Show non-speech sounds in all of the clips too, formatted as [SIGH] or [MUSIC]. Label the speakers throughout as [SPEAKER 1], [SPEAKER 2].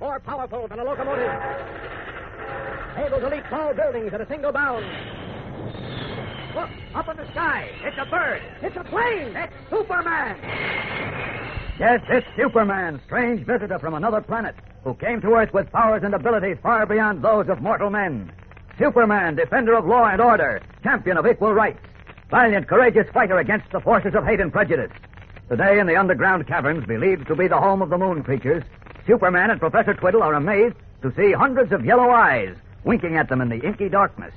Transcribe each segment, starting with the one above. [SPEAKER 1] more powerful than a locomotive. Able to leap tall buildings at a single bound. Look, up in the sky. It's a bird. It's a plane. It's Superman. Yes, it's Superman, strange visitor from another planet, who came to Earth with powers and abilities far beyond those of mortal men. Superman, defender of law and order, champion of equal rights, valiant, courageous fighter against the forces of hate and prejudice. Today, in the underground caverns believed to be the home of the moon creatures, Superman and Professor Twiddle are amazed to see hundreds of yellow eyes winking at them in the inky darkness.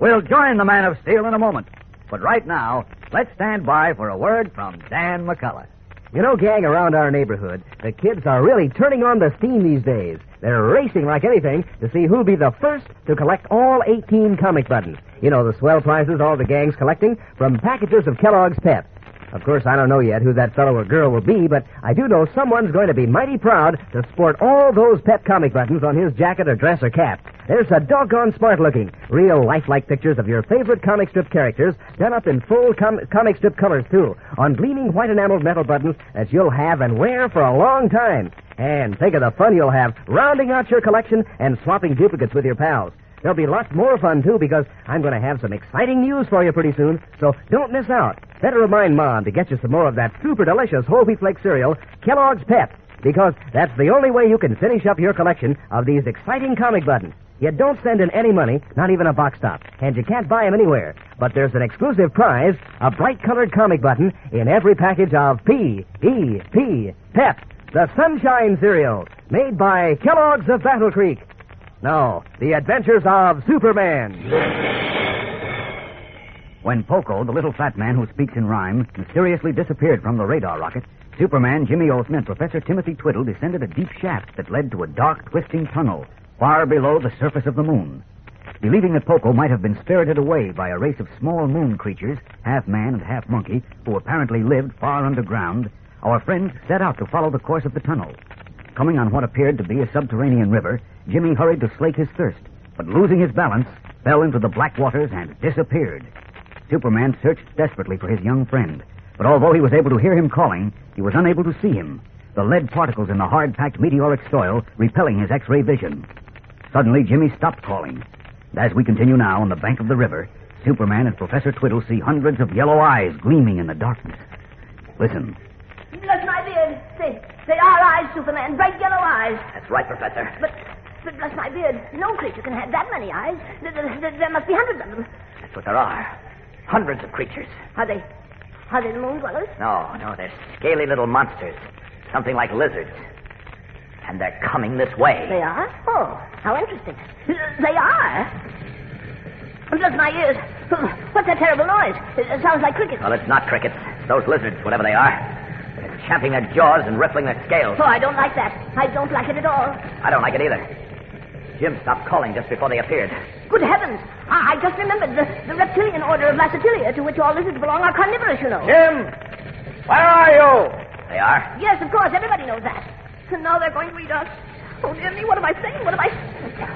[SPEAKER 1] We'll join the Man of Steel in a moment. But right now, let's stand by for a word from Dan McCullough.
[SPEAKER 2] You know, gang, around our neighborhood, the kids are really turning on the steam these days. They're racing like anything to see who'll be the first to collect all 18 comic buttons. You know, the swell prizes all the gang's collecting from packages of Kellogg's Pep. Of course, I don't know yet who that fellow or girl will be, but I do know someone's going to be mighty proud to sport all those Pep comic buttons on his jacket or dress or cap. There's a doggone smart looking, real lifelike pictures of your favorite comic strip characters done up in full com- comic strip colors, too, on gleaming white enameled metal buttons that you'll have and wear for a long time. And think of the fun you'll have rounding out your collection and swapping duplicates with your pals. There'll be lots more fun, too, because I'm going to have some exciting news for you pretty soon, so don't miss out. Better remind Mom to get you some more of that super delicious whole wheat flake cereal, Kellogg's Pep, because that's the only way you can finish up your collection of these exciting comic buttons. You don't send in any money, not even a box top, and you can't buy 'em anywhere. But there's an exclusive prize, a bright colored comic button, in every package of P.E.P. Pep, the Sunshine Cereal, made by Kellogg's of Battle Creek. Now, the adventures of Superman.
[SPEAKER 1] When Poco, the little fat man who speaks in rhyme, mysteriously disappeared from the radar rocket, Superman, Jimmy Olsen, and Professor Timothy Twiddle descended a deep shaft that led to a dark, twisting tunnel far below the surface of the moon. Believing that Poco might have been spirited away by a race of small moon creatures, half man and half monkey, who apparently lived far underground, our friends set out to follow the course of the tunnel. Coming on what appeared to be a subterranean river, Jimmy hurried to slake his thirst, but losing his balance, fell into the black waters and disappeared. Superman searched desperately for his young friend, but although he was able to hear him calling, he was unable to see him, the lead particles in the hard packed meteoric soil repelling his X ray vision. Suddenly, Jimmy stopped calling. And As we continue now on the bank of the river, Superman and Professor Twiddle see hundreds of yellow eyes gleaming in the darkness. Listen.
[SPEAKER 3] Bless my beard. They, they are eyes, Superman. Bright yellow eyes.
[SPEAKER 1] That's right, Professor.
[SPEAKER 3] But, but bless my beard, no creature can have that many eyes. There, there- there- there must be hundreds of them.
[SPEAKER 1] That's what there are. Hundreds of creatures.
[SPEAKER 3] Are they, are they the moon dwellers?
[SPEAKER 1] No, no, they're scaly little monsters. Something like lizards. And they're coming this way.
[SPEAKER 3] They are? Oh, how interesting. They are. Bless my ears. What's that terrible noise? It it sounds like crickets.
[SPEAKER 1] Well, it's not crickets. It's those lizards, whatever they are. They're champing their jaws and rippling their scales.
[SPEAKER 3] Oh, I don't like that. I don't like it at all.
[SPEAKER 1] I don't like it either. Jim stopped calling just before they appeared.
[SPEAKER 3] Good heavens. I, I just remembered the, the reptilian order of Lacertilia, to which all lizards belong, are carnivorous, you know.
[SPEAKER 1] Jim! Where are you? They are.
[SPEAKER 3] Yes, of course. Everybody knows that. And now they're going to eat us. Oh, dear me, what am I saying? What am I...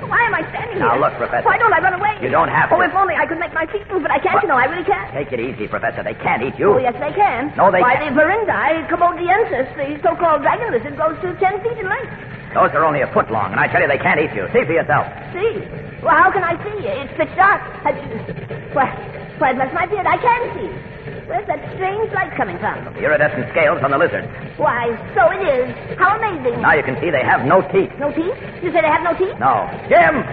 [SPEAKER 3] Why am I standing
[SPEAKER 1] Now,
[SPEAKER 3] here?
[SPEAKER 1] look, Professor.
[SPEAKER 3] Why don't I run away?
[SPEAKER 1] You don't have to.
[SPEAKER 3] Oh, if only I could make my feet move, but I can't,
[SPEAKER 1] What?
[SPEAKER 3] you know. I really can't.
[SPEAKER 1] Take it easy, Professor. They can't eat you.
[SPEAKER 3] Oh, yes, they can.
[SPEAKER 1] No, they
[SPEAKER 3] Why,
[SPEAKER 1] can't.
[SPEAKER 3] the Verindi, Commodiensis, the so-called dragon lizard, grows to ten feet in length.
[SPEAKER 1] Those are only a foot long, and I tell you they can't eat you. See for yourself.
[SPEAKER 3] See? Well, how can I see? It's pitch dark. I... Why, why, bless my beard, I can see. Where's that strange light coming from?
[SPEAKER 1] The iridescent scales on the lizard.
[SPEAKER 3] Why, so it is. How amazing.
[SPEAKER 1] Now you can see they have no teeth.
[SPEAKER 3] No teeth? You say they have no teeth?
[SPEAKER 1] No. Jim!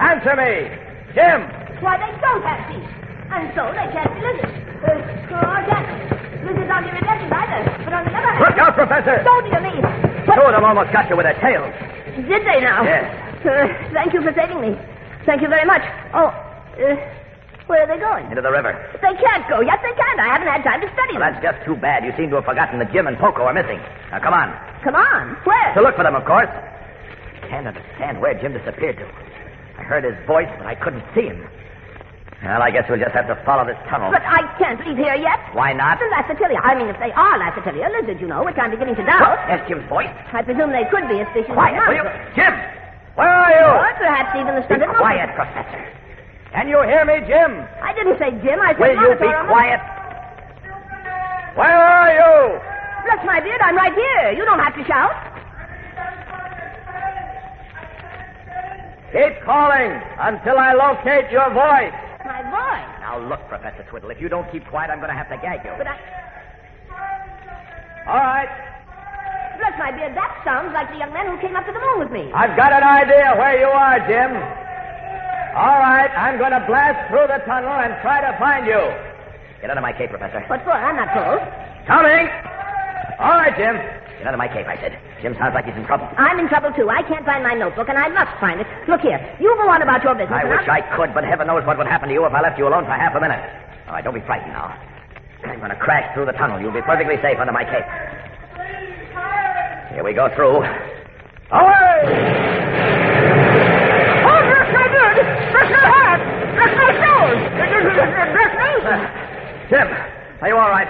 [SPEAKER 1] Answer me! Jim!
[SPEAKER 3] Why, they don't have teeth. And so they can't be lizards. Uh, or cats. Lizards aren't iridescent either. But on the other hand...
[SPEAKER 1] Look out, Professor!
[SPEAKER 3] So dear me.
[SPEAKER 1] Two of them almost got you with their tails.
[SPEAKER 3] Did they now?
[SPEAKER 1] Yes.
[SPEAKER 3] Uh, thank you for saving me. Thank you very much. Oh, uh, where are they going?
[SPEAKER 1] Into the river.
[SPEAKER 3] They can't go. Yes, they can. I haven't had time to study
[SPEAKER 1] Well, that's
[SPEAKER 3] them.
[SPEAKER 1] just too bad. You seem to have forgotten that Jim and Poco are missing. Now, come on.
[SPEAKER 3] Come on. Where?
[SPEAKER 1] To look for them, of course. Can't understand where Jim disappeared to. I heard his voice, but I couldn't see him. Well, I guess we'll just have to follow this tunnel.
[SPEAKER 3] But I can't leave here yet.
[SPEAKER 1] Why not?
[SPEAKER 3] The Lassatilia. I mean, if they are Lassatilia lizards, you know, which I'm beginning to doubt.
[SPEAKER 1] That's Jim's voice.
[SPEAKER 3] I presume they could be a species
[SPEAKER 1] Quiet,
[SPEAKER 3] of
[SPEAKER 1] will you?
[SPEAKER 3] monocle.
[SPEAKER 1] Jim! Where are you?
[SPEAKER 3] Or perhaps even the
[SPEAKER 1] Be
[SPEAKER 3] stunted monocle.
[SPEAKER 1] quiet, Professor. Can you hear me, Jim?
[SPEAKER 3] I didn't say Jim. I said
[SPEAKER 1] Will you
[SPEAKER 3] monocle
[SPEAKER 1] be
[SPEAKER 3] or mon-
[SPEAKER 1] quiet? Where are you?
[SPEAKER 3] Bless my beard, I'm right here. You don't have to shout.
[SPEAKER 1] Keep calling until I locate your voice.
[SPEAKER 3] My voice.
[SPEAKER 1] Now look, Professor Twiddle, if you don't keep quiet, I'm going to have to gag you.
[SPEAKER 3] But I...
[SPEAKER 1] All right.
[SPEAKER 3] Bless my beard, that sounds like the young man who came up to the moon with me.
[SPEAKER 1] I've got an idea where you are, Jim. All right, I'm going to blast through the tunnel and try to find you. Get out of my cape, Professor.
[SPEAKER 3] What for? I'm not told.
[SPEAKER 1] Coming. All right, Jim. Get out of my cape, I said. Jim sounds like he's in trouble.
[SPEAKER 3] I'm in trouble, too. I can't find my notebook, and I must find it. Look here. You go on about your business.
[SPEAKER 1] I
[SPEAKER 3] and
[SPEAKER 1] wish
[SPEAKER 3] I'll-
[SPEAKER 1] I could, but heaven knows what would happen to you if I left you alone for half a minute. All right, don't be frightened now. I'm going to crash through the tunnel. You'll be perfectly safe under my cape. Here we go through. Away! [LAUGHS]
[SPEAKER 3] Oh, bless my beard! Bless my heart! Bless my soul! Bless
[SPEAKER 1] [LAUGHS]
[SPEAKER 3] me! Ah,
[SPEAKER 1] Jim, are you all right?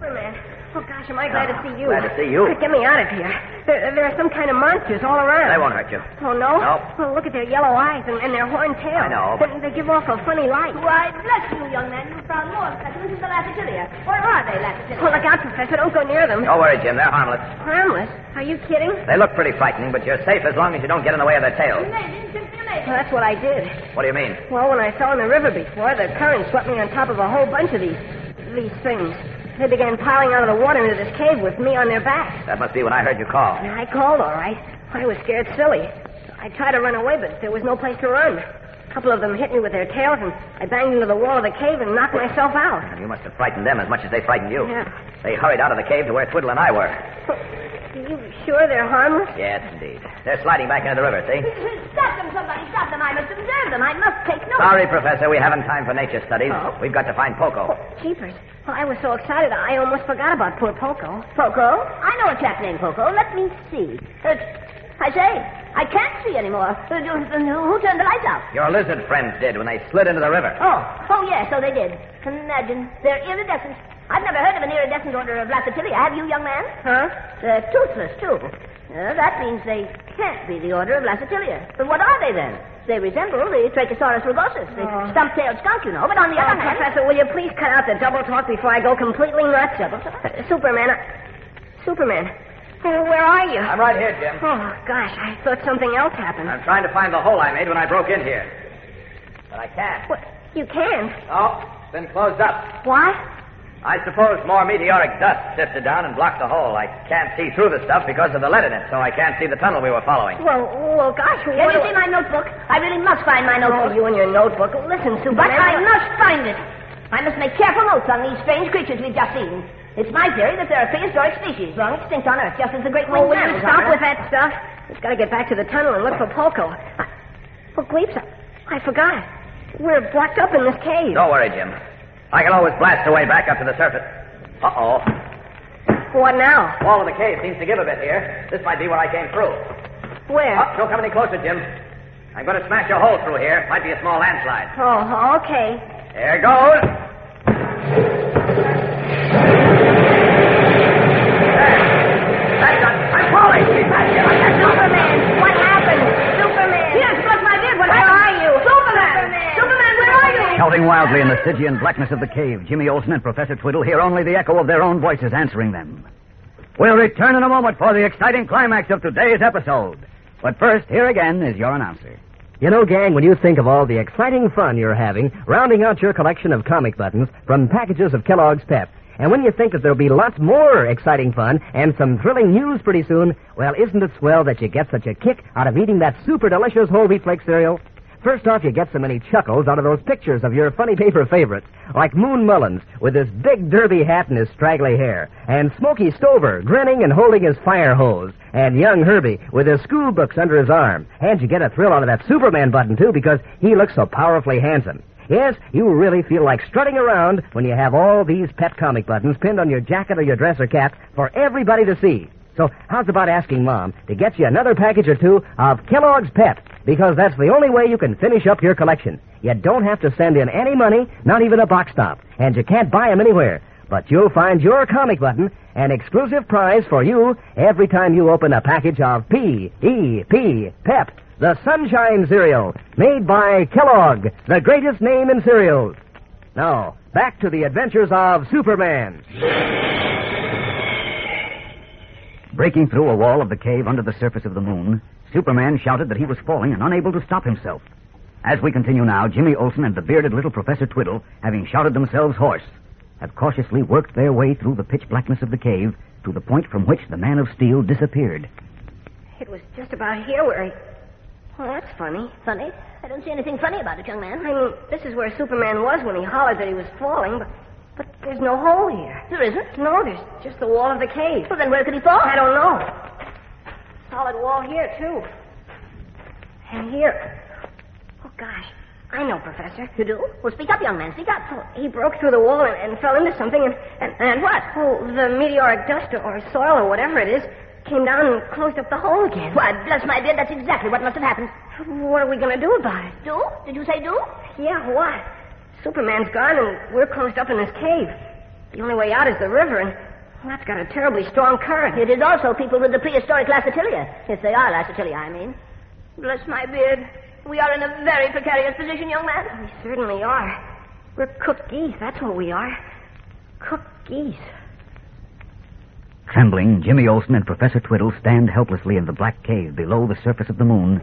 [SPEAKER 3] Superman. Oh, gosh, am I glad to see you.
[SPEAKER 1] Glad to see you.
[SPEAKER 3] Quick, get me out of here. There, there are some kind of monsters all around.
[SPEAKER 1] They won't hurt you.
[SPEAKER 3] Oh, no?
[SPEAKER 1] No.
[SPEAKER 3] Well, look at their yellow eyes and, and their horned tails.
[SPEAKER 1] I know, but-
[SPEAKER 3] They, they give off a funny light. Why, bless you, young man. You found more specimens of the Lassatilia. Where are they, Lassatilia? Oh, look out, Professor. Don't go near them.
[SPEAKER 1] Don't worry, Jim. They're harmless.
[SPEAKER 3] Harmless? Are you kidding?
[SPEAKER 1] They look pretty frightening, but you're safe as long as you don't get in the way of their tails.
[SPEAKER 3] Well, that's what I did.
[SPEAKER 1] What do you mean?
[SPEAKER 3] Well, when I fell in the river before, the current swept me on top of a whole bunch of these these things. They began piling out of the water into this cave with me on their backs.
[SPEAKER 1] That must be when I heard you call.
[SPEAKER 3] And I called, all right. I was scared silly. I tried to run away, but there was no place to run. A couple of them hit me with their tails, and I banged into the wall of the cave and knocked myself out. [LAUGHS]
[SPEAKER 1] You must have frightened them as much as they frightened you.
[SPEAKER 3] Yeah.
[SPEAKER 1] They hurried out of the cave to where Twiddle and I were.
[SPEAKER 3] Are you sure they're harmless?
[SPEAKER 1] Yes, indeed. They're sliding back into the river, see?
[SPEAKER 3] Stop them, somebody, stop them. I must observe them. I must take note.
[SPEAKER 1] Sorry, Professor, we haven't time for nature studies. We've got to find Poco.
[SPEAKER 3] Jeepers. Well, I was so excited, I almost forgot about poor Poco. Poco? I know a chap named Poco. Let me see. Uh, I say, I can't see anymore. Uh, uh, who turned the lights out?
[SPEAKER 1] Your lizard friends did when they slid into the river.
[SPEAKER 3] Oh, oh, yeah, so they did. Imagine. They're iridescent. I've never heard of an iridescent order of Lassatilia. Have you, young man? Huh? They're toothless, too. Uh, that means they can't be the order of Lassatilia. But what are they, then? They resemble the Trachosaurus rugosus, the stump-tailed skunk, you know. But on the other hand... Oh. Professor, will you please cut out the double talk before I go completely nuts? Double talk? Superman, I... Superman, uh, where are you?
[SPEAKER 1] I'm right here, Jim.
[SPEAKER 3] Oh, gosh, I thought something else happened.
[SPEAKER 1] I'm trying to find the hole I made when I broke in here. But I can't.
[SPEAKER 3] What? You can't.
[SPEAKER 1] Oh, it's been closed up.
[SPEAKER 3] Why?
[SPEAKER 1] I suppose more meteoric dust sifted down and blocked the hole. I can't see through the stuff because of the lead in it, so I can't see the tunnel we were following.
[SPEAKER 3] Well, well, gosh, well, Have you seen my notebook? I really must find my notebook. Oh, you and your notebook. Listen, Sue. But I must find it. I must make careful notes on these strange creatures we've just seen. It's my theory that they're a prehistoric species, long extinct on Earth, just as the great winged mammals Oh, stop with that stuff? We've got to get back to the tunnel and look for Polko. I... Oh, Gleeps, I... I forgot. We're blocked up in this cave.
[SPEAKER 1] Don't worry, Jim. I can always blast the way back up to the surface. Uh-oh.
[SPEAKER 3] What now?
[SPEAKER 1] Wall of the cave seems to give a bit here. This might be where I came through.
[SPEAKER 3] Where?
[SPEAKER 1] Oh, don't come any closer, Jim. I'm going to smash a hole through here. Might be a small landslide.
[SPEAKER 3] Oh, okay.
[SPEAKER 1] There goes. There. That's not- I'm falling. Keep back, Jim. I can't help it.
[SPEAKER 3] Superman, what happened? Superman. Yes, bless my did. What happened? are you? Superman. Superman. where are you?
[SPEAKER 1] Shouting wildly in the Stygian blackness of the cave, Jimmy Olsen and Professor Twiddle hear only the echo of their own voices answering them.
[SPEAKER 4] We'll return in a moment for the exciting climax of today's episode. But first, here again is your announcer.
[SPEAKER 1] You know, gang, when you think of all the exciting fun you're having rounding out your collection of comic buttons from packages of Kellogg's Pep, and when you think that there'll be lots more exciting fun and some thrilling news pretty soon, well, isn't it swell that you get such a kick out of eating that super delicious whole wheat flake cereal? First off, you get so many chuckles out of those pictures of your funny paper favorites, like Moon Mullins with his big derby hat and his straggly hair, and Smoky Stover grinning and holding his fire hose, and young Herbie with his school books under his arm. And you get a thrill out of that Superman button, too, because he looks so powerfully handsome. Yes, you really feel like strutting around when you have all these pet comic buttons pinned on your jacket or your dress or cap for everybody to see. So how's about asking Mom to get you another package or two of Kellogg's Pep? Because that's the only way you can finish up your collection. You don't have to send in any money, not even a box top, and you can't buy 'em anywhere. But you'll find your comic button an exclusive prize for you every time you open a package of P.E.P. Pep, the Sunshine Cereal, made by Kellogg, the greatest name in cereals. Now, back to the adventures of Superman.
[SPEAKER 4] Breaking through a wall of the cave under the surface of the moon, Superman shouted that he was falling and unable to stop himself. As we continue now, Jimmy Olsen and the bearded little Professor Twiddle, having shouted themselves hoarse, have cautiously worked their way through the pitch blackness of the cave to the point from which the Man of Steel disappeared.
[SPEAKER 5] It was just about here where he. Well, that's funny.
[SPEAKER 3] Funny?
[SPEAKER 5] I don't see anything funny about it, young
[SPEAKER 3] I
[SPEAKER 5] man.
[SPEAKER 3] mean, this is where Superman was when he hollered that he was falling, but, but there's no hole here.
[SPEAKER 5] There isn't.
[SPEAKER 3] No, there's just the wall of the cave.
[SPEAKER 5] Well, then where could he fall?
[SPEAKER 3] I don't know. Solid wall here, too. And here. Oh, gosh. I know, Professor.
[SPEAKER 5] You do? Well, speak up, young man. Speak up.
[SPEAKER 3] He broke through the wall and, and fell into something, and, and,
[SPEAKER 5] And what?
[SPEAKER 3] well, Oh, the meteoric dust or, or soil or whatever it is came down and closed up the hole again.
[SPEAKER 5] Why, bless my dear, that's exactly what must have happened.
[SPEAKER 3] What are we going to do about it?
[SPEAKER 5] Do? Did you say do?
[SPEAKER 3] Yeah, what? Superman's gone and we're closed up in this cave. The only way out is the river, and well, that's got a terribly strong current.
[SPEAKER 5] It is also people with the prehistoric lacertilia. If they are lacertilia, I mean. Bless my beard. We are in a very precarious position, young man.
[SPEAKER 3] We certainly are. We're cooked geese, that's what we are. Cooked geese.
[SPEAKER 4] Trembling, Jimmy Olsen and Professor Twiddle stand helplessly in the black cave below the surface of the moon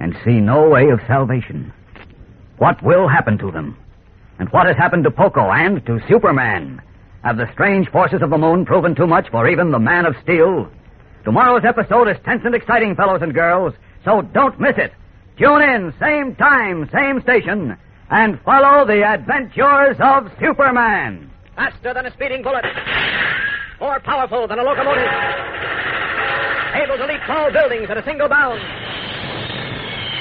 [SPEAKER 4] and see no way of salvation. What will happen to them? And what has happened to Poco and to Superman? Have the strange forces of the moon proven too much for even the Man of Steel? Tomorrow's episode is tense and exciting, fellows and girls, so don't miss it. Tune in, same time, same station, and follow the adventures of Superman.
[SPEAKER 1] Faster than a speeding bullet. More powerful than a locomotive. Able to leap tall buildings at a single bound.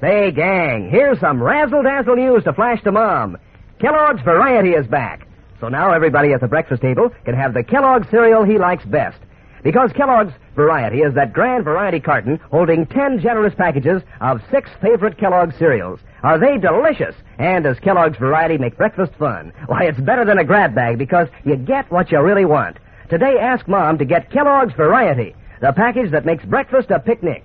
[SPEAKER 1] Say, gang, here's some razzle dazzle news to flash to Mom. Kellogg's Variety is back. So now everybody at the breakfast table can have the Kellogg cereal he likes best. Because Kellogg's Variety is that grand variety carton holding ten generous packages of six favorite Kellogg cereals. Are they delicious? And does Kellogg's Variety make breakfast fun? Why, it's better than a grab bag because you get what you really want. Today, ask Mom to get Kellogg's Variety, the package that makes breakfast a picnic.